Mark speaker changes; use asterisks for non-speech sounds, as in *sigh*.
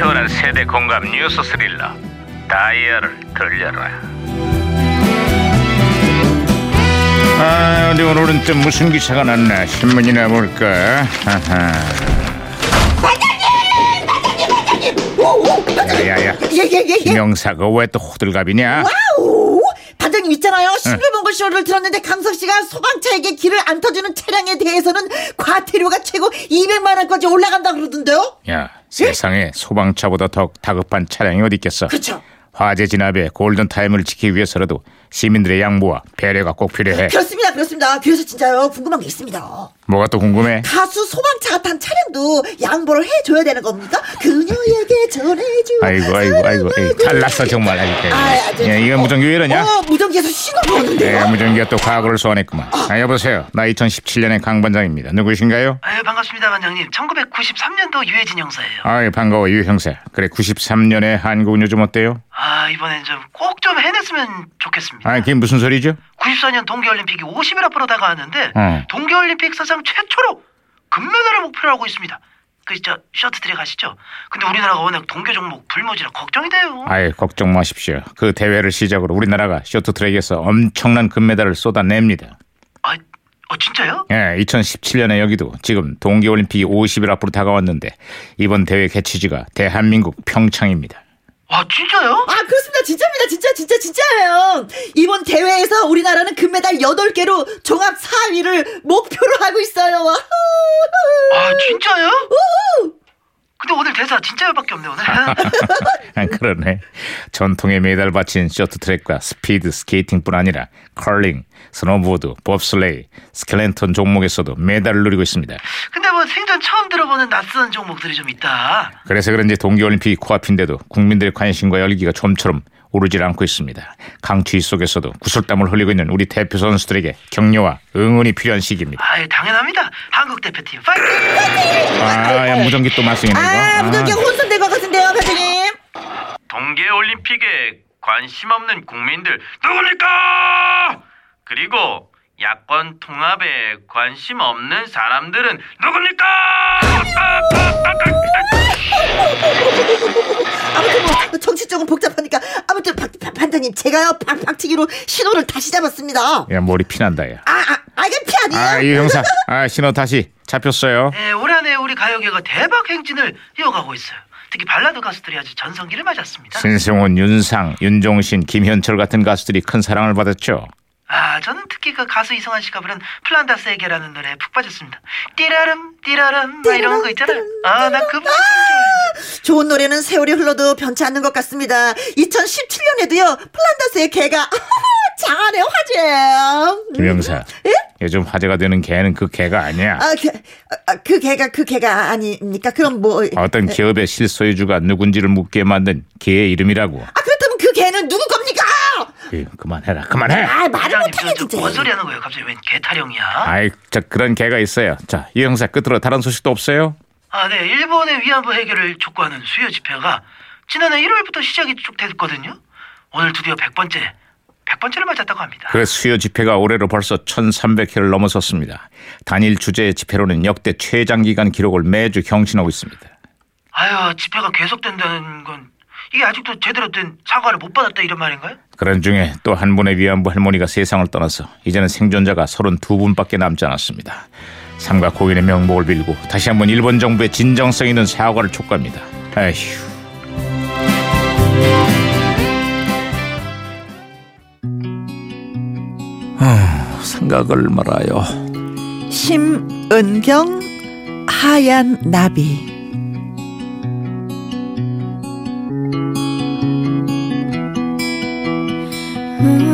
Speaker 1: 나의 공감 뉴스 스릴러 다이얼을 돌려라 아 어디 오늘은 또 무슨 기사가 났나 신문이나 볼까 아하. 야야야 음.
Speaker 2: 예예예예.
Speaker 1: 김영사가 왜 또
Speaker 2: 뭐?
Speaker 1: 호들갑이냐
Speaker 2: 아우 반장님
Speaker 1: 네.
Speaker 2: 있잖아요. 싱글벙글 쇼를 들었는데 강석 씨가 소방차에게 길을 안 터주는 차량에 대해서는 과태료가 최고 200만 원까지 올라간다 그러던데요.
Speaker 1: 야 세상에 소방차보다 더 다급한 차량이 어디 있겠어
Speaker 2: 그렇죠.
Speaker 1: 화재 진압에 골든타임을 지키기 위해서라도 시민들의 양보와 배려가 꼭 필요해
Speaker 2: 그렇습니다, 그렇습니다. 그래서 진짜요 궁금한 게 있습니다.
Speaker 1: 뭐가 또 궁금해
Speaker 2: 가수 소방차가 탄 차량도 양보를 해줘야 되는 겁니까? 그녀에게 전해줘.
Speaker 1: 아이고 아이고 아이고 에이, 잘났어 정말 아이고,
Speaker 2: 아, 아, 저,
Speaker 1: 야, 이건
Speaker 2: 어,
Speaker 1: 무전기 왜 이러냐
Speaker 2: 어, 무전기에서 신호가 오는데요.
Speaker 1: 네, 무전기가 또 과거를 소환했구만 아, 여보세요 나 2017년의 강반장입니다 누구신가요?
Speaker 3: 아유 반갑습니다 반장님 1993년도 유해진 형사예요
Speaker 1: 아이 반가워 유 형사 그래 93년에 한국은 요즘 어때요?
Speaker 3: 아 이번엔 좀 꼭 좀 해냈으면 좋겠습니다
Speaker 1: 아 그게 무슨 소리죠?
Speaker 3: 94년 동계올림픽이 50일 앞으로 다가왔는데
Speaker 1: 어.
Speaker 3: 동계올림픽 사상 최초로 금메달을 목표로 하고 있습니다 그저 쇼트트랙 아시죠? 근데 우리나라가 워낙 동계 종목 불모지라 걱정이 돼요
Speaker 1: 아이 걱정 마십시오 그 대회를 시작으로 우리나라가 쇼트트랙에서 엄청난 금메달을 쏟아냅니다
Speaker 3: 아, 어 진짜요?
Speaker 1: 예, 2017년에 여기도 지금 동계올림픽이 50일 앞으로 다가왔는데 이번 대회 개최지가 대한민국 평창입니다.
Speaker 3: 와 진짜요?
Speaker 2: 아 그렇습니다 진짜입니다 진짜 진짜 진짜예요 이번 대회에서 우리나라는 금메달 8개로 종합 4위를 목표로 하고 있어요 와후.
Speaker 3: 아 진짜요? 근데 오늘 대사 진짜요밖에 없네 오늘 *laughs*
Speaker 1: 아, *laughs* 그러네. 전통의 메달 바친 쇼트트랙과 스피드 스케이팅뿐 아니라 컬링, 스노보드, 봅슬레이, 스켈레톤 종목에서도 메달을 노리고 있습니다.
Speaker 3: 근데 뭐 생전 처음 들어보는 낯선 종목들이 좀 있다
Speaker 1: 그래서 그런지 동계올림픽이 코앞인데도 국민들의 관심과 열기가 좀처럼 오르질 않고 있습니다. 강추위 속에서도 구슬땀을 흘리고 있는 우리 대표 선수들에게 격려와 응원이 필요한 시기입니다.
Speaker 3: 아유 당연합니다 한국 대표팀 파이팅
Speaker 1: 아, 야, 무전기 또 말썽이네 이거.
Speaker 2: 아 무전기
Speaker 1: 아.
Speaker 2: 혼선된 것 같은데요 반장님
Speaker 4: 동계올림픽에 관심 없는 국민들 누굽니까? 그리고 야권 통합에 관심 없는 사람들은 누굽니까?
Speaker 2: 아무튼 뭐 정치적으로 복잡하니까 아무튼 박, 박- 반장님 제가요 박박치기로 신호를 다시 잡았습니다
Speaker 1: 아, 야 머리 피난다 야.
Speaker 2: 아아 아, 아, 이게 피 아니에요?
Speaker 1: 아 이 형사, 아 신호 다시 잡혔어요.
Speaker 3: 예, 올 한해 우리 가요계가 대박 행진을 이어가고 있어요. 특히 발라드 가수들이 아주 전성기를 맞았습니다.
Speaker 1: 신승훈, 윤상, 윤종신, 김현철 같은 가수들이 큰 사랑을 받았죠.
Speaker 3: 아, 저는 특히 그 가수 이성한 씨가 부른 플란다스에게라는 노래에 푹 빠졌습니다. 띠라름, 띠라름, 막 이런 거 있잖아요. 아, 나그 부분 진짜.
Speaker 2: 좋은 노래는 세월이 흘러도 변치 않는 것 같습니다 2017년에도요 플란다스의 개가 *laughs* 장안의 화제예요
Speaker 1: 김 형사, 요즘 화제가 되는 개는 그 개가 아니야.
Speaker 2: 아, 그, 아, 그 개가 그 개가 아닙니까? 그럼 뭐? 아
Speaker 1: 어떤 기업의 실소유주가 누군지를 묻게 만든 개의 이름이라고.
Speaker 2: 그렇다면 그 개는 누구 겁니까?
Speaker 1: 에휴, 그만해라, 그만해.
Speaker 2: 아 말을
Speaker 3: 부장님, 저,
Speaker 2: 못하네
Speaker 3: 저,
Speaker 2: 진짜.
Speaker 3: 뭔 소리 하는 그 거예요? 갑자기 웬 개타령이야?
Speaker 1: 아이, 저 그런 개가 있어요. 자, 이 형사 끝으로 다른 소식도 없어요?
Speaker 3: 아, 네. 일본의 위안부 해결을 촉구하는 수요 집회가 지난해 1월부터 시작이 쭉 됐거든요. 오늘 드디어 100번째, 100번째를 맞았다고 합니다.
Speaker 1: 그 수요 집회가 올해로 벌써 1,300회를 넘어섰습니다. 단일 주제의 집회로는 역대 최장기간 기록을 매주 경신하고 있습니다.
Speaker 3: 아유, 집회가 계속된다는 건 이게 아직도 제대로 된 사과를 못 받았다 이런 말인가요?
Speaker 1: 그런 중에 또 한 분의 위안부 할머니가 세상을 떠나서 이제는 생존자가 32분밖에 남지 않았습니다. 삼가 고인의 명복을 빌고 다시 한번 일본 정부의 진정성 있는 사과를 촉구합니다. 에휴. 아, 생각을 말아요.
Speaker 2: 심은경 하얀 나비.
Speaker 5: 음,